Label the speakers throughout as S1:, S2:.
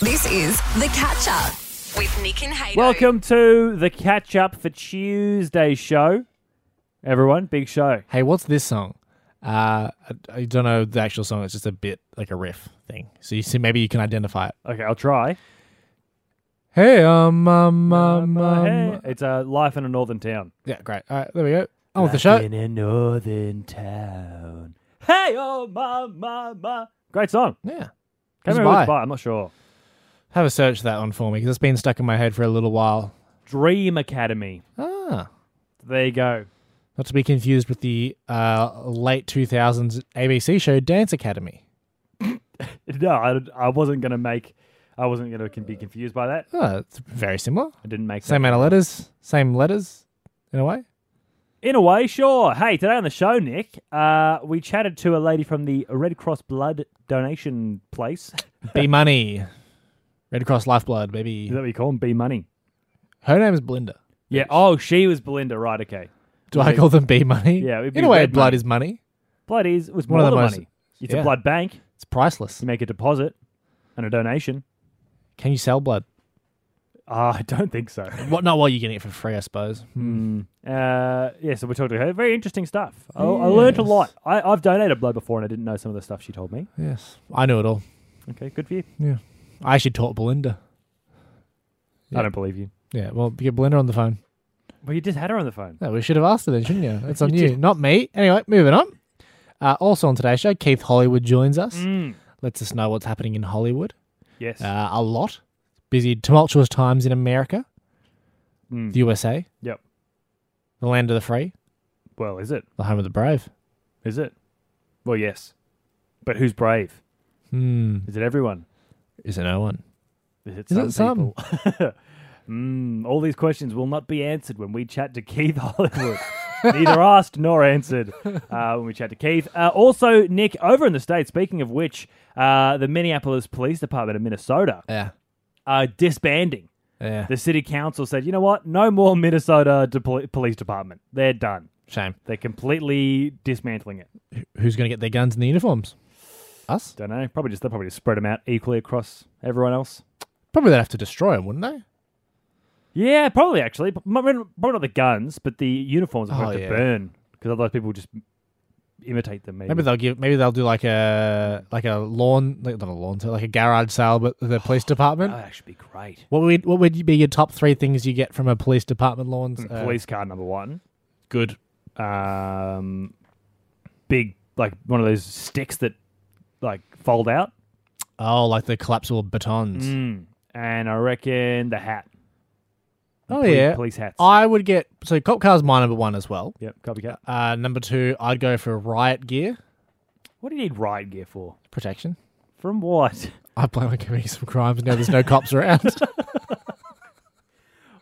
S1: This is The Catch Up with Nick and Hayden.
S2: Welcome to the catch up for Tuesday show. Everyone, big show.
S3: Hey, what's this song? Uh, I, I don't know the actual song. It's just a bit like a riff thing. So you see, maybe you can identify it.
S2: Okay, I'll try.
S3: Hey, um, um,
S2: Um,
S3: um,
S2: uh, hey,
S3: um.
S2: it's a uh, life in a northern town.
S3: Yeah, great. All right, there we go. On with the show.
S2: a northern town. Hey, oh my my my. Great song.
S3: Yeah.
S2: Can't
S3: It's
S2: remember who it's
S3: by.
S2: by. I'm not sure.
S3: Have a search of that one for me because it's been stuck in my head for a little while.
S2: Dream Academy.
S3: Ah.
S2: There you go.
S3: Not to be confused with the uh, late 2000s ABC show Dance Academy.
S2: No, I, I wasn't gonna make. I wasn't gonna can be confused by that.
S3: Oh, it's very similar.
S2: I didn't make
S3: Same
S2: that.
S3: amount of letters, same letters in a way.
S2: In a way, sure. Hey, today on the show, Nick, uh, we chatted to a lady from the Red Cross blood donation place.
S3: B Money. Red Cross Lifeblood, baby.
S2: Is that what you call them? B money.
S3: Her name is Belinda.
S2: Yeah. Oh, she was Belinda. Right. Okay.
S3: Do I call them B money?
S2: Yeah, it'd be
S3: in a way,
S2: red
S3: blood
S2: money.
S3: is money.
S2: Blood is it was
S3: One
S2: more
S3: of the
S2: than
S3: most-
S2: money. It's a
S3: yeah.
S2: blood bank.
S3: It's priceless.
S2: You make a deposit and a donation.
S3: Can you sell blood?
S2: Ah, I don't think so. Uh,
S3: What? Not while you're getting it for free, I suppose. Hmm.
S2: yeah, so we talked to her. Very interesting stuff. I, I learned a
S3: Yes.
S2: lot. I, I've donated blood before, and I didn't know some of the stuff she told me.
S3: Yes, I know it all.
S2: Okay, good for you.
S3: Yeah, I actually taught Belinda.
S2: I
S3: Yeah.
S2: don't believe you.
S3: Yeah, well, get Belinda on the phone.
S2: Well, you just had her on the phone.
S3: No, we should have asked her then, shouldn't you? That's on you, not me. Anyway, moving on. Uh, also on today's show, Keith Hollywood joins us.
S2: Mm.
S3: Lets us know what's happening in Hollywood.
S2: Yes.
S3: Uh, a lot. Busy, tumultuous times in America,
S2: Mm.
S3: the USA,
S2: Yep.
S3: the land of the free,
S2: Well, is it?
S3: the home of the brave.
S2: Is it? Well, yes. But who's brave?
S3: Hmm.
S2: Is it everyone?
S3: Is it no one?
S2: Is it
S3: Is
S2: some
S3: it some?
S2: people? mm, all these questions will not be answered when we chat to Keith Hollywood. Neither asked nor answered uh, when we chat to Keith. Uh, also, Nick, over in the States, speaking of which, uh, the Minneapolis Police Department of Minnesota
S3: Yeah.
S2: are disbanding.
S3: Yeah.
S2: The city council said, you know what? No more Minnesota de- poli- Police Department. They're done.
S3: Shame.
S2: They're completely dismantling it.
S3: Who's going to get their guns and the uniforms? Us?
S2: Don't know. Probably just they'll probably just spread them out equally across everyone else.
S3: Probably they'd have to destroy them, wouldn't they?
S2: Yeah, probably actually. P- m- Probably not the guns, but the uniforms will
S3: Oh,
S2: have to
S3: yeah.
S2: burn because otherwise people will just imitate them. Maybe.
S3: Maybe they'll give. Maybe they'll do like a like a lawn, like, not a lawn sale, like a garage sale, but the police department.
S2: Oh, that should be great.
S3: What would what would be your top three things you get from a police department lawn? uh,
S2: Mm, Police car number one.
S3: good.
S2: Um, big like one of those sticks that like fold out.
S3: Oh, like the collapsible batons.
S2: Mm. And I reckon the hat.
S3: oh
S2: Poli-
S3: yeah,
S2: police hats.
S3: I would get so cop cars. My number one as well.
S2: Yep, copycat.
S3: Uh, number two, I'd go for riot gear
S2: What do you need riot gear for?
S3: protection.
S2: From what?
S3: I plan on committing some crimes now. There's no cops around.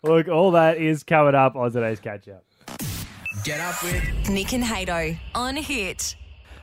S2: Look, all that is coming up on today's catch up.
S4: Get up with
S1: Nick and Hato on Hit.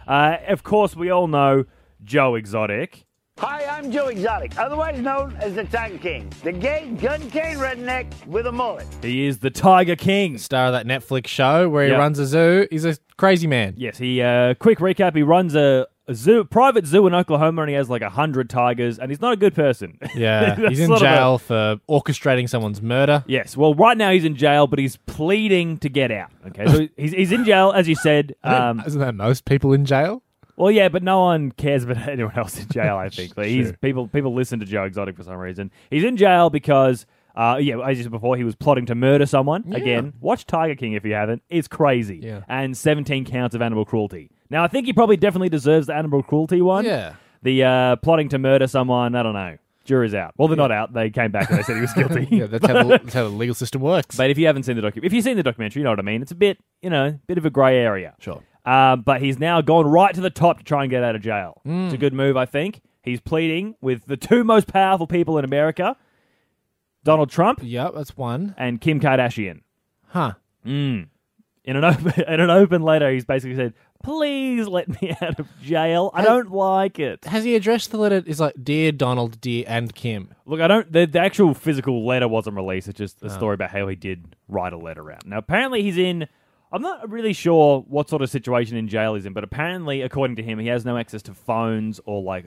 S2: Uh, of course, we all know Joe Exotic.
S5: Hi, I'm Joe Exotic, otherwise known as the Tiger King, the gay gun cane redneck with a mullet.
S2: He is the Tiger King.
S3: Star of that Netflix show where he
S2: Yep.
S3: runs a zoo. He's a crazy man.
S2: Yes, he. Uh, quick recap: He runs a, a zoo, private zoo in Oklahoma, and he has like a hundred tigers, and he's not a good person.
S3: Yeah,
S2: That's
S3: he's in
S2: sort of a-
S3: jail for orchestrating someone's murder.
S2: yes. Well, right now he's in jail, but he's pleading to get out. Okay, so he's he's in jail as you said. Um,
S3: Isn't that most people in jail?
S2: well, yeah, but no one cares about anyone else in jail. I think Like, he's
S3: Sure.
S2: people people listen to Joe Exotic for some reason. He's in jail because. Uh, yeah, as you said before, he was plotting to murder someone. Again, watch Tiger King if you haven't. It's crazy.
S3: Yeah.
S2: And 17 counts of animal cruelty. Now, I think he probably definitely deserves the animal cruelty one.
S3: Yeah.
S2: the uh, plotting to murder someone. I don't know. Jury's out. Well, they're not out. They came back and they said he was guilty.
S3: Yeah, that's how, the, that's how the legal system works.
S2: but if you haven't seen the documentary, if you've seen the documentary, you know what I mean. It's a bit, you know, bit of a grey area.
S3: Sure.
S2: Uh, but he's now gone right to the top to try and get out of jail. It's a good move, I think. He's pleading with the two most powerful people in America, Donald Trump
S3: yeah, that's one.
S2: and Kim Kardashian.
S3: Huh.
S2: In an open, in an open letter, he's basically said, "Please let me out of jail. I don't like it."
S3: Has he addressed the letter? It's like, Dear Donald, dear and Kim.
S2: Look, I don't. The, the actual physical letter wasn't released. It's just a story about how he did write a letter out. Now, apparently, he's in. I'm not really sure what sort of situation in jail he's in, but apparently, according to him, he has no access to phones or like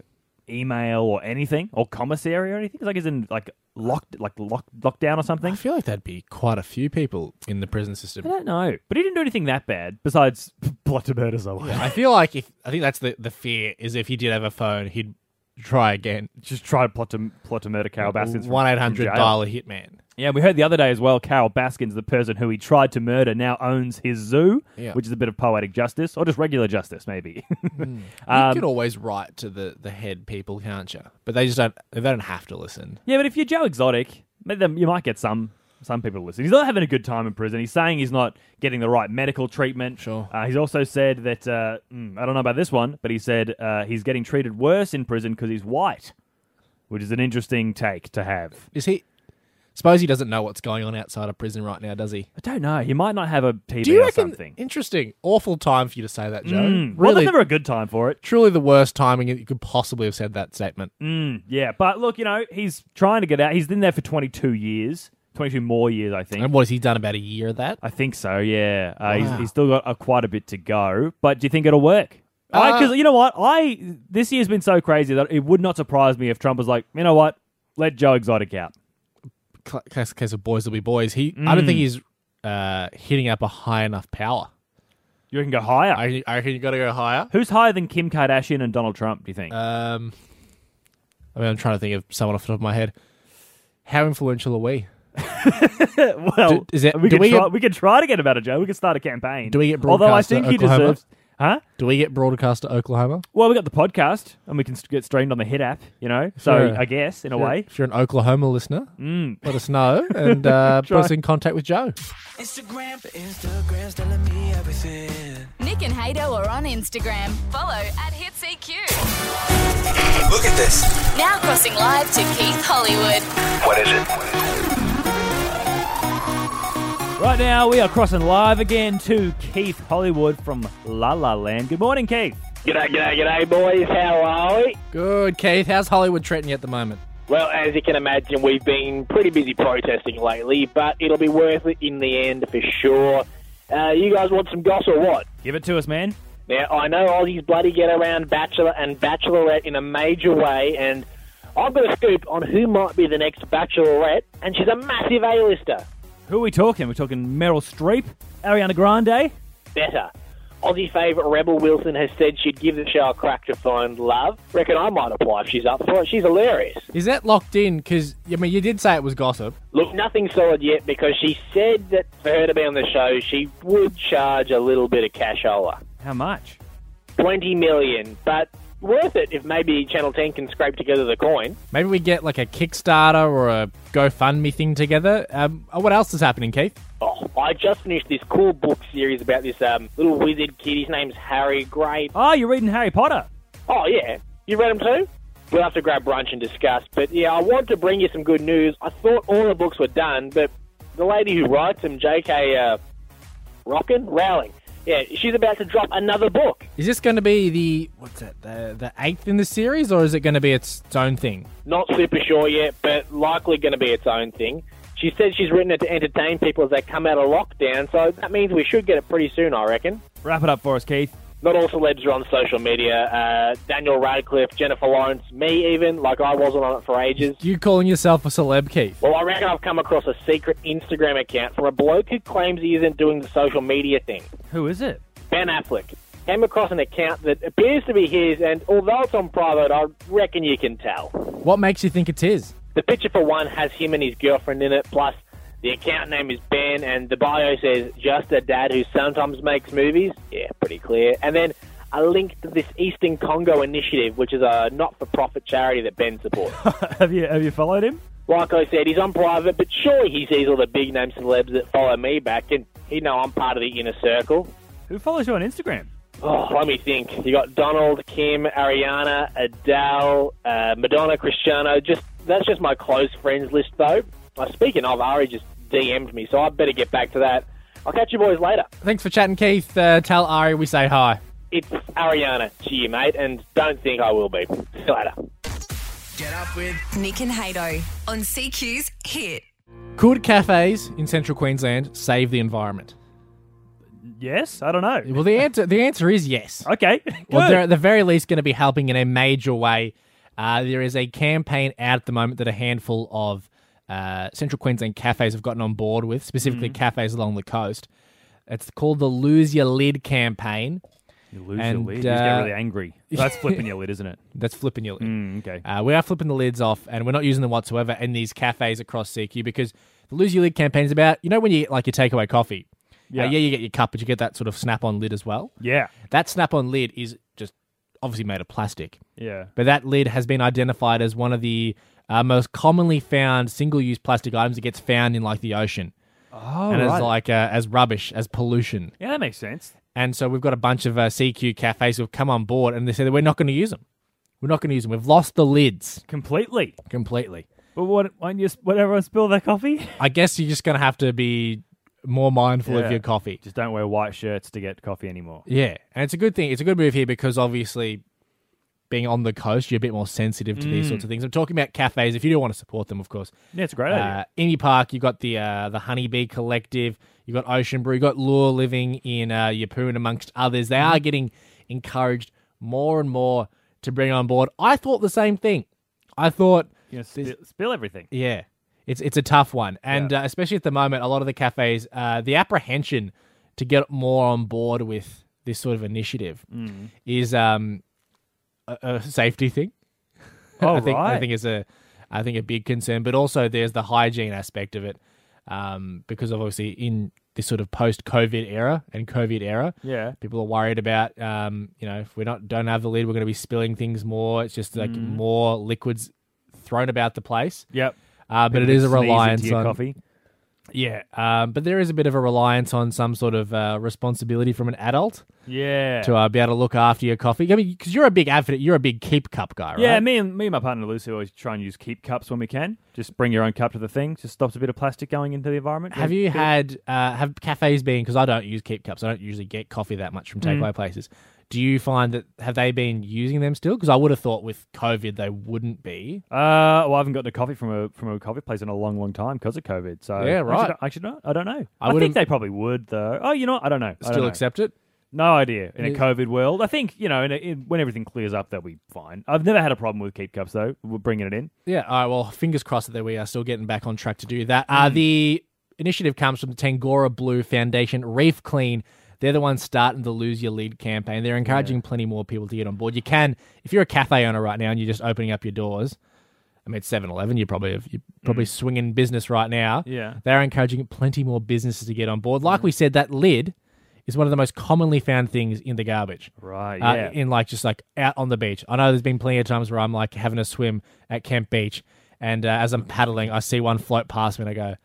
S2: email or anything or commissary or anything? It's like is in like locked like locked lockdown or something.
S3: I feel like that'd be quite a few people in the prison system.
S2: I don't know, but he didn't do anything that bad besides plot to murder someone.
S3: I feel like if I think that's the the fear is if he did have a phone, he'd try again.
S2: Just try to plot to plot to murder Carol Baskins. from-
S3: One eight hundred
S2: from jail.
S3: dial a hitman.
S2: Yeah, we heard the other day as well. Carol Baskins, the person who he tried to murder, now owns his zoo,
S3: Yeah.
S2: which is a bit of poetic justice, or just regular justice, maybe. Um,
S3: you could always write to the the head people, can't you? But they just don't. They don't have to listen.
S2: Yeah, but if you're Joe Exotic, maybe them- you might get some some people to listen. He's not having a good time in prison. He's saying he's not getting the right medical treatment.
S3: Sure.
S2: Uh, he's also said that uh, mm, I don't know about this one, but he said uh, he's getting treated worse in prison because he's white, which is an interesting take to have.
S3: Is he? Suppose he doesn't know what's going on outside of prison right now, does he?
S2: I don't know. He might not have a TV
S3: Do you
S2: or
S3: reckon?
S2: something.
S3: Interesting. Awful time for you to say that, Joe.
S2: Mm. Well,
S3: Really,
S2: that's never a good time for it.
S3: truly the worst timing you could possibly have said that statement.
S2: Mm, yeah, but look, you know, he's trying to get out. He's been there for 22 years, 22 more years, I think.
S3: And what has he done? About a year of that?
S2: I think so. Yeah, uh,
S3: Wow.
S2: he's, he's still got uh, quite a bit to go. But do you think it'll work? Because
S3: Uh,
S2: you know what, I this year's been so crazy that it would not surprise me if Trump was like, you know what, let Joe Exotic out.
S3: Cl- Mm. Case, case of boys will be boys. He. I don't think he's uh, hitting up a high enough power.
S2: You can go higher.
S3: I, I reckon you got to go higher.
S2: Who's higher than Kim Kardashian and Donald Trump? Do you think?
S3: Um, I mean, I'm trying to think of someone off the top of my head. How influential are we?
S2: well,
S3: do- is it-
S2: we
S3: do
S2: could
S3: we
S2: try,
S3: get-
S2: we could try to get him out of jail. We could start a campaign.
S3: Do we get
S2: Although I
S3: broadcaster
S2: think he
S3: Oklahoma?
S2: deserves, huh?
S3: Do we get broadcast to Oklahoma?
S2: Well, we got the podcast, and we can st- get streamed on the Hit app. You know, so
S3: Sure.
S2: I guess in a way,
S3: If you're an Oklahoma listener, let us know and uh, put
S2: Try.
S3: us in contact with Joe.
S4: Instagram, Instagram's telling me everything.
S6: Nick and Hato are on Instagram. Follow at HitsEQ.
S7: Look at this.
S6: Now crossing live to Keith Hollywood.
S7: What is it?
S2: Right now, we are crossing live again to Keith Hollywood from La La Land. Good morning, Keith.
S8: G'day, g'day, g'day, boys. How are we?
S3: Good, Keith. How's Hollywood treating you at the moment?
S8: Well, as you can imagine, we've been pretty busy protesting lately, but it'll be worth it in the end for sure. Uh, you guys want some goss or what?
S2: Give it to us, man.
S8: Now, I know Aussies bloody get around Bachelor and Bachelorette in a major way, and I've got a scoop on who might be the next Bachelorette, and she's a massive A-lister.
S2: Who are we talking? We're talking Meryl Streep, Ariana Grande.
S8: Better. Aussie favourite Rebel Wilson has said she'd give the show a crack to find love. Reckon I might apply if she's up for it. She's hilarious.
S3: Is that locked in? Because, I mean, you did say it was gossip.
S8: Look, nothing solid yet because she said that for her to be on the show, she would charge a little bit of cashola.
S2: How much?
S8: 20 million, but worth it if maybe Channel 10 can scrape together the coin.
S3: Maybe we get like a Kickstarter or a GoFundMe thing together. Um, oh, what else is happening, Keith?
S8: Oh, I just finished this cool book series about this um, little wizard kid. His name's Harry Gray.
S2: Oh, you're reading Harry Potter.
S8: Oh, yeah. You read them too? We'll have to grab brunch and discuss. But yeah, I want to bring you some good news. I thought all the books were done, but the lady who writes them, J.K. Uh, Rockin? Rowling. Yeah, she's about to drop another book.
S3: Is this going to be the what's that the, the eighth in the series, or is it going to be its own thing?
S8: Not super sure yet, but likely going to be its own thing. She said she's written it to entertain people as they come out of lockdown, so that means we should get it pretty soon, I reckon.
S2: Wrap it up for us, Keith.
S8: Not all celebs are on social media. Uh, Daniel Radcliffe, Jennifer Lawrence, me even, like I wasn't on it for ages.
S3: You calling yourself a celeb, Keith?
S8: Well, I reckon I've come across a secret Instagram account from a bloke who claims he isn't doing the social media thing.
S2: Who is it?
S8: Ben Affleck. Came across an account that appears to be his, and although it's on private, I reckon you can tell.
S3: What makes you think it's his?
S8: The picture for one has him and his girlfriend in it, plus the account name is Ben, and the bio says just a dad who sometimes makes movies. Yeah, pretty clear. And then a link to this Eastern Congo initiative, which is a not for profit charity that Ben supports.
S2: Have you have you followed him?
S8: like I said, he's on private, but surely he sees all the big name celebs that follow me back, and he know I'm part of the inner circle.
S2: Who follows you on Instagram?
S8: Oh, let me think. You got Donald, Kim, Ariana, Adele, uh, Madonna, Cristiano. Just that's just my close friends list, though. Uh, speaking of, Ari just DM'd me, so I better get back to that. I'll catch you boys later.
S3: Thanks for chatting, Keith. Uh, tell Ari we say hi.
S8: It's Ariana. See you, mate, and don't think I will be. See you later.
S4: Get up with
S1: Nick and Hato on CQ's Hit.
S3: Could cafes in central Queensland save the environment?
S2: Yes, I don't know.
S3: Well, the answer the answer is yes.
S2: Okay, good.
S3: Well, they're at the very least going to be helping in a major way. Uh, there is a campaign out at the moment that a handful of uh, Central Queensland cafes have gotten on board with, specifically
S2: Mm.
S3: cafes along the coast. It's called the Lose Your Lid campaign.
S2: You lose
S3: And,
S2: your lid. You just get
S3: uh,
S2: really angry. That's flipping your lid, isn't it?
S3: That's flipping your lid.
S2: Mm, okay.
S3: Uh, we are flipping the lids off, and we're not using them whatsoever in these cafes across CQ because the Lose Your Lid campaign is about you know when you get like your takeaway coffee. Yeah,
S2: Yeah.
S3: yeah, you get your cup, but you get that sort of snap-on lid as well.
S2: Yeah.
S3: That snap-on lid is just obviously made of plastic,
S2: Yeah.
S3: but that lid has been identified as one of the uh, most commonly found single-use plastic items that gets found in like the ocean,
S2: Oh,
S3: and as like uh, as rubbish, as pollution.
S2: yeah, that makes sense.
S3: And so we've got a bunch of uh, CQ cafes who've come on board, and they said that we're not going to use them. We're not going to use them. We've lost the lids
S2: Completely.
S3: completely.
S2: But what, why don't you, won't everyone spill their coffee?
S3: I guess you're just going to have to be more mindful
S2: Yeah.
S3: of your coffee.
S2: Just don't wear white shirts to get coffee anymore.
S3: Yeah. And it's a good thing. It's a good move here because obviously being on the coast, you're a bit more sensitive to these sorts of things. I'm talking about cafes. If you do want to support them, of course.
S2: Yeah, it's a great idea.
S3: Uh, Innie Park, you've got the uh, the Honeybee Collective, you've got Ocean Brew, you've got Lure Living in uh, Yapoon, amongst others. They are getting encouraged more and more to bring on board. I thought the same thing. I thought
S2: You know, spill, spill everything.
S3: Yeah, it's it's a tough one, and uh, especially at the moment, a lot of the cafes, uh, the apprehension to get more on board with this sort of initiative is um, a, a safety thing.
S2: Oh,
S3: I think I
S2: right.
S3: think is a I think a big concern, but also there's the hygiene aspect of it, um, because obviously in this sort of post-COVID era and COVID era,
S2: Yeah.
S3: people are worried about um, you know if we not don't have the lid we're going to be spilling things more it's just like more liquids thrown about the place
S2: Yep.
S3: uh, but it
S2: People
S3: is a
S2: sneeze into
S3: reliance
S2: your
S3: on
S2: coffee.
S3: yeah um, but there is a bit of a reliance on some sort of uh, responsibility from an adult
S2: Yeah.
S3: to uh, be able to look after your coffee I mean because you're a big advocate you're a big keep cup guy right
S2: Yeah, me and me and my partner Lucy always try and use keep cups when we can. Just bring your own cup to the thing. Just stops a bit of plastic going into the environment.
S3: have you had uh, have cafes been because I don't use keep cups I don't usually get coffee that much
S2: Mm.
S3: from takeaway places do you find that have they been using them still because I would have thought with COVID they wouldn't be
S2: Uh, well, I haven't gotten a coffee from a from a coffee place in a long, long time because of COVID. So
S3: Yeah, right.
S2: Actually, I should not. I don't know.
S3: I
S2: I, think
S3: wouldn't-
S2: they probably would though. Oh, you know, what? I don't know. I don't
S3: still
S2: know.
S3: accept it
S2: No idea. In a
S3: Yeah.
S2: COVID world, I think you know, in a, in, when everything clears up, they'll be fine. I've never had a problem with keep cups though. We're bringing it in.
S3: Yeah. All right. Well, fingers crossed that we are still getting back on track to do that. Uh, the initiative comes from the Tangora Blue Foundation, Reef Clean. They're the ones starting the Lose Your Lead campaign. They're encouraging plenty more people to get on board. You can, if you're a cafe owner right now and you're just opening up your doors, I mean, it's 7 Eleven, you're probably, you're probably swinging business right now.
S2: Yeah.
S3: They're encouraging plenty more businesses to get on board. Like we said, that lid is one of the most commonly found things in the garbage
S2: Right.
S3: uh,
S2: Yeah.
S3: in like just like out on the beach. I know there's been plenty of times where I'm like having a swim at Camp Beach, and uh, as I'm paddling, I see one float past me and I go,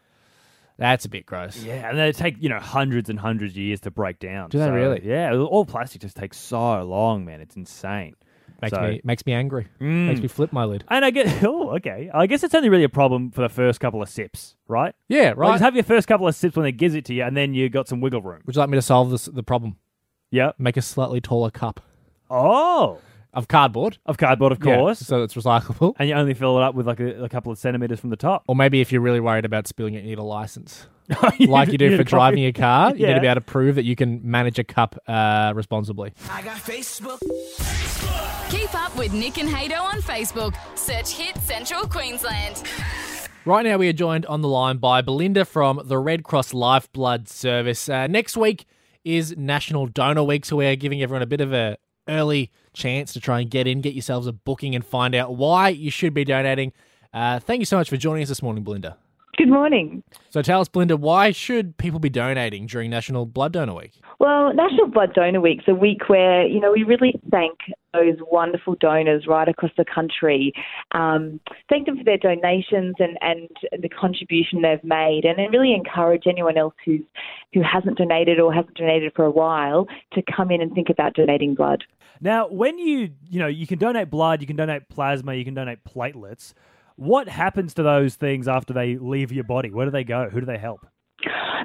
S3: "That's a bit gross."
S2: yeah, and they take you know hundreds and hundreds of years to break down.
S3: Do they
S2: So,
S3: really?
S2: Yeah, all plastic just takes so long, man. It's insane.
S3: Makes
S2: So- Mm.
S3: me makes me angry. Makes me flip my lid.
S2: And I guess, oh, okay. I guess it's only really a problem for the first couple of sips, right?
S3: Yeah, right.
S2: Like, just have your first couple of sips when they gives it to you, and then you got some wiggle room.
S3: Would you like me to solve this the problem?
S2: Yeah.
S3: Make a slightly taller cup
S2: Oh,
S3: of cardboard,
S2: of cardboard, of
S3: Yeah,
S2: course.
S3: so it's recyclable.
S2: and you only fill it up with like a, a couple of centimeters from the top.
S3: Or maybe if you're really worried about spilling it, you need a license,
S2: You
S3: like you
S2: need
S3: do
S2: a
S3: for driving
S2: coffee.
S3: your car. You need
S2: Yeah.
S3: to be able to prove that you can manage a cup uh, responsibly.
S4: I got Facebook.
S6: Keep up with Nick and Hato on Facebook. Search Hit Central Queensland.
S3: Right now, we are joined on the line by Belinda from the Red Cross Lifeblood Service. Uh, next week is National Donor Week, so we are giving everyone a bit of a early chance to try and get in, get yourselves a booking, and find out why you should be donating. Uh, thank you so much for joining us this morning, Belinda.
S9: Good morning.
S3: So tell us, Belinda, why should people be donating during National Blood Donor Week?
S9: Well, National Blood Donor Week's a week where, you know, we really thank those wonderful donors right across the country. Um, thank them for their donations and, and the contribution they've made and then really encourage anyone else who's, who hasn't donated or hasn't donated for a while to come in and think about donating blood.
S2: Now, when you you know you can donate blood, you can donate plasma, you can donate platelets. What happens to those things after they leave your body? Where do they go? Who do they help?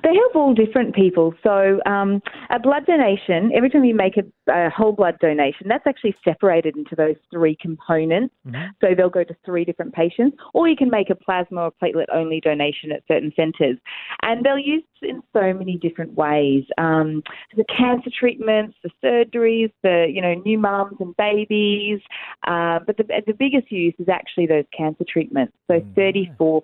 S9: They help all different people. So um, a blood donation, every time you make a, a whole blood donation, that's actually separated into those three components. So they'll go to three different patients, or you can make a plasma or platelet only donation at certain centres, and they'll use it in so many different ways. Um, the cancer treatments, the surgeries, the you know new mums and babies, uh, but the, the biggest use is actually those cancer treatments. So 34%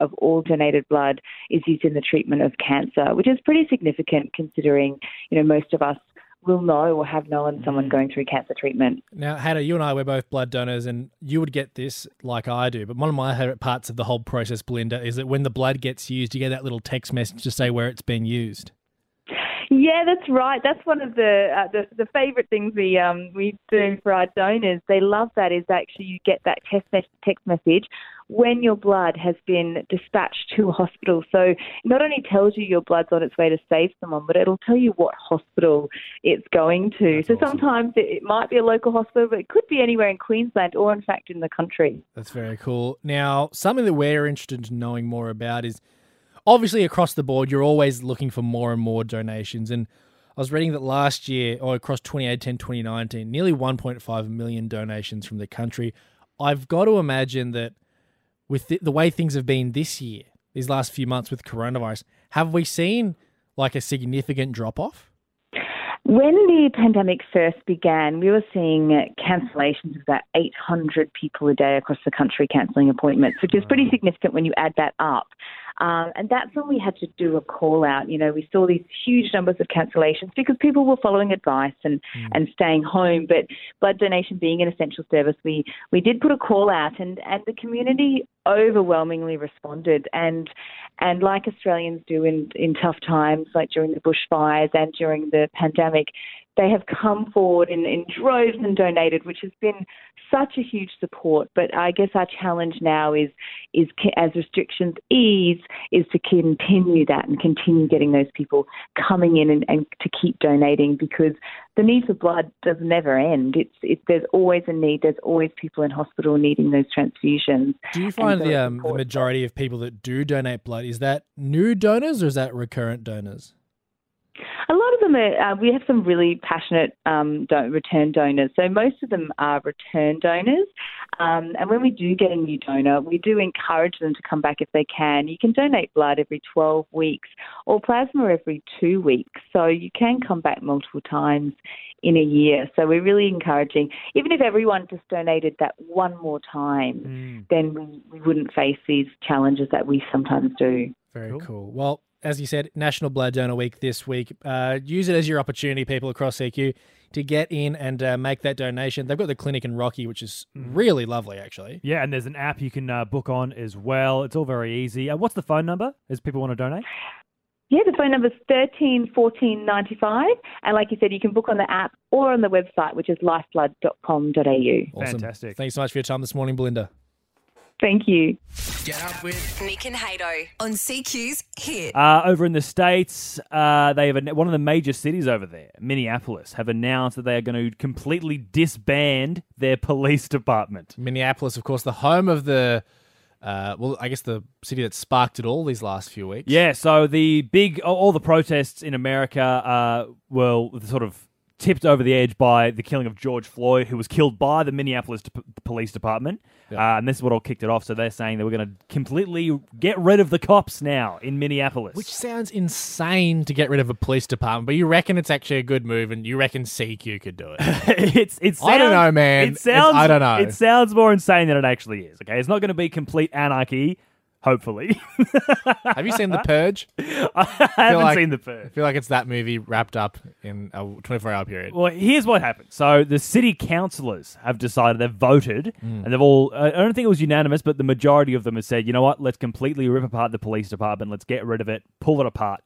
S9: of all donated blood is used in the treatment of cancer, which is pretty significant considering you know most of us will know or have known someone going through cancer treatment.
S3: Now, Hannah, you and I, we're both blood donors, and you would get this like I do. But one of my favorite parts of the whole process, Belinda, is that when the blood gets used, you get that little text message to say where it's been used.
S9: Yeah, that's right. That's one of the uh, the, the favourite things we um, we do for our donors. They love that is actually you get that test mes- text message when your blood has been dispatched to a hospital. So it not only tells you your blood's on its way to save someone, but it'll tell you what hospital it's going to. so sometimes it, it might be a local hospital, but it could be anywhere in Queensland or in fact in the country.
S3: That's very cool. Now, something that we're interested in knowing more about is obviously across the board, you're always looking for more and more donations. And I was reading that last year, or across 2018, 2019, nearly 1.5 million donations from the country. I've got to imagine that with the, the way things have been this year, these last few months with coronavirus, have we seen like a significant drop off?
S9: When the pandemic first began, we were seeing uh, cancellations of about 800 people a day across the country cancelling appointments, which is pretty significant when you add that up. Um, and that's when we had to do a call out. You know, we saw these huge numbers of cancellations because people were following advice and, and staying home. But blood donation being an essential service, we, we did put a call out, and, and the community overwhelmingly responded. And and like Australians do in, in tough times, like during the bushfires and during the pandemic, they have come forward in, in droves and donated, which has been such a huge support. But I guess our challenge now is is ca- as restrictions ease, is to continue that and continue getting those people coming in and, and to keep donating because the need for blood does never end. It's it, there's always a need. There's always people in hospital needing those transfusions.
S3: Do you
S9: And
S3: find
S9: so
S3: the,
S9: it's
S3: um, the
S9: important.
S3: majority of people that do donate blood is that new donors or is that recurrent donors?
S9: A lot of them are, uh, we have some really passionate um, don- return donors. So most of them are return donors. Um, and when we do get a new donor, we do encourage them to come back if they can. You can donate blood every 12 weeks or plasma every two weeks. So you can come back multiple times in a year. So we're really encouraging, even if everyone just donated that one more
S2: Mm.
S9: time, then we, we wouldn't face these challenges that we sometimes do.
S3: Very cool. Well, as you said, National Blood Donor Week this week. Uh, use it as your opportunity, people across CQ, to get in and uh, make that donation. They've got the clinic in Rocky, which is really lovely, actually.
S2: Yeah, and there's an app you can uh, book on as well. It's all very easy. Uh, what's the phone number as people want to donate?
S9: Yeah, the phone number's 13 14 95. And like you said, you can book on the app or on the website, which is lifeblood.com.au.
S3: Awesome.
S2: Fantastic.
S3: Thanks so much for your time this morning, Belinda.
S9: Thank you.
S4: Get up with
S1: Nick and Hato on CQ's Hit.
S2: Uh, over in the states, uh, they have an- one of the major cities over there, Minneapolis, have announced that they are going to completely disband their police department.
S3: Minneapolis, of course, the home of the, uh, well, I guess the city that sparked it all these last few weeks.
S2: Yeah, so the big all- all the protests in America uh, were sort of tipped over the edge by the killing of George Floyd, who was killed by the Minneapolis Dep Police Department, uh, and this is what all kicked it off. So they're saying that we're going to completely get rid of the cops now in Minneapolis.
S3: Which sounds insane to get rid of a police department, but you reckon it's actually a good move and you reckon CQ could do it.
S2: it's it sounds,
S3: I don't know, man.
S2: It
S3: It's-
S2: sounds
S3: I don't know.
S2: It sounds more insane than it actually is. Okay, it's not going to be complete anarchy. Hopefully,
S3: Have you seen The Purge?
S2: I haven't
S3: like-
S2: seen the
S3: I
S2: first.
S3: feel like it's that movie wrapped up in a 24 hour period.
S2: Well, here's what happened. So the city councillors have decided they've voted,
S3: Hmm.
S2: and they've all. I I don't think it was unanimous, but the majority of them have said, you know what? Let's completely rip apart the police department. Let's get rid of it. Pull it apart.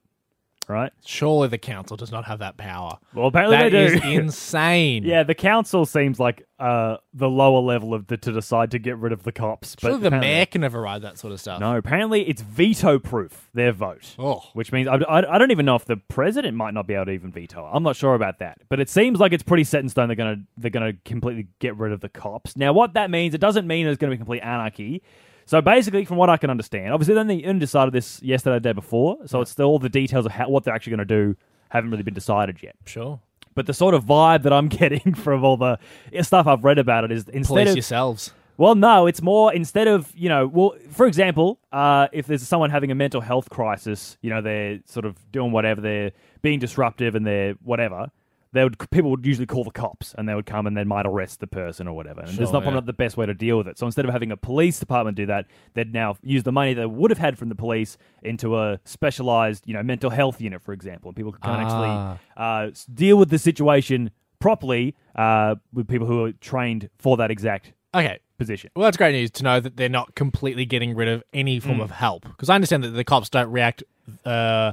S2: Right.
S3: Surely the council does not have that power.
S2: Well, apparently
S3: That
S2: they
S3: is
S2: do.
S3: insane.
S2: yeah, the council seems like uh, the lower level of the to decide to get rid of the cops. But
S3: Surely the
S2: apparently-
S3: mayor can override that sort of stuff.
S2: No, apparently it's veto proof, their vote.
S3: Oh.
S2: Which means I, I, I don't even know if the president might not be able to even veto. it. I'm not sure about that. But it seems like it's pretty set in stone they're going to they're going to completely get rid of the cops. Now what that means, it doesn't mean there's going to be complete anarchy. So basically, from what I can understand, obviously then they only decided this yesterday, the day before. So it's still all the details of how, what they're actually going to do haven't really been decided yet.
S3: Sure.
S2: But the sort of vibe that I'm getting from all the stuff I've read about it is instead
S3: Police
S2: of
S3: yourselves.
S2: well, no, it's more instead of, you know, well, for example, uh, if there's someone having a mental health crisis, you know, they're sort of doing whatever, they're being disruptive and they're whatever, they would people would usually call the cops and they would come and they might arrest the person or whatever. And there's
S3: Sure,
S2: not probably
S3: yeah.
S2: not the best way to deal with it. So instead of having a police department do that, they'd now use the money they would have had from the police into a specialized, you know, mental health unit, for example, and people can
S3: Ah.
S2: actually uh, s- deal with the situation properly uh, with people who are trained for that exact
S3: Okay.
S2: position.
S3: Well, that's great news to know that they're not completely getting rid of any
S2: Hmm.
S3: form of help because I understand that the cops don't react uh,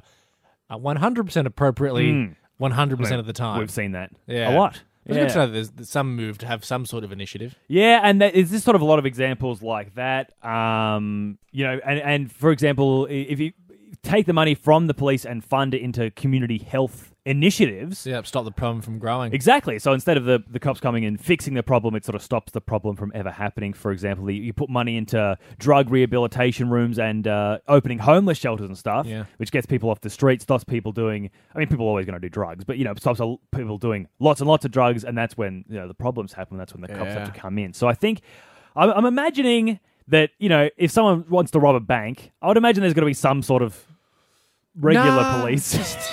S3: uh, 100% appropriately 100% of the time.
S2: Hmm. We've seen that
S3: Yeah.
S2: a lot.
S3: It's good to know
S2: Yeah.
S3: that there's that some move to have some sort of initiative.
S2: yeah, and there is this sort of a lot of examples like that. Um, you know, and, and for example, i- if you take the money from the police and fund it into community health initiatives,
S3: Yeah, stop the problem from growing.
S2: Exactly. So instead of the, the cops coming and fixing the problem, it sort of stops the problem from ever happening. For example, you, you put money into drug rehabilitation rooms and uh, opening homeless shelters and stuff,
S3: Yeah.
S2: which gets people off the street, stops people doing. I mean, people are always going to do drugs, but you know, stops a- people doing lots and lots of drugs, and that's when you know the problems happen. That's when the cops have to come in. So I think I'm, I'm imagining that you know if someone wants to rob a bank, I would imagine there's going to be some sort of regular
S3: Nah,
S2: police.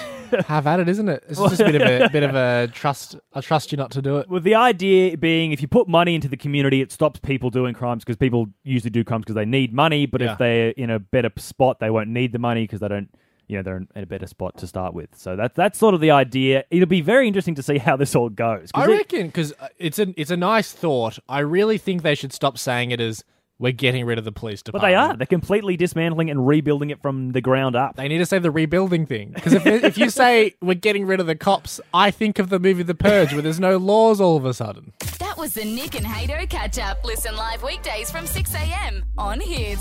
S3: have at it, isn't it? It's just a bit of a bit of a trust. I trust you not to do it.
S2: Well, the idea being if you put money into the community, it stops people doing crimes because people usually do crimes because they need money. But
S3: Yeah.
S2: if they're in a better spot, they won't need the money because they don't, you know, they're in a better spot to start with. So that, that's sort of the idea. It'll be very interesting to see how this all goes. 'cause
S3: I
S2: it-
S3: reckon because it's a it's a nice thought. I really think they should stop saying it as we're getting rid of the police
S2: but
S3: department.
S2: they are. They're completely dismantling and rebuilding it from the ground up.
S3: They need to say the rebuilding thing because if if you say we're getting rid of the cops, I think of the movie The Purge where there's no laws all of a sudden.
S6: That was the Nick and Hato catch up. Listen live weekdays from 6 a.m. on Hit.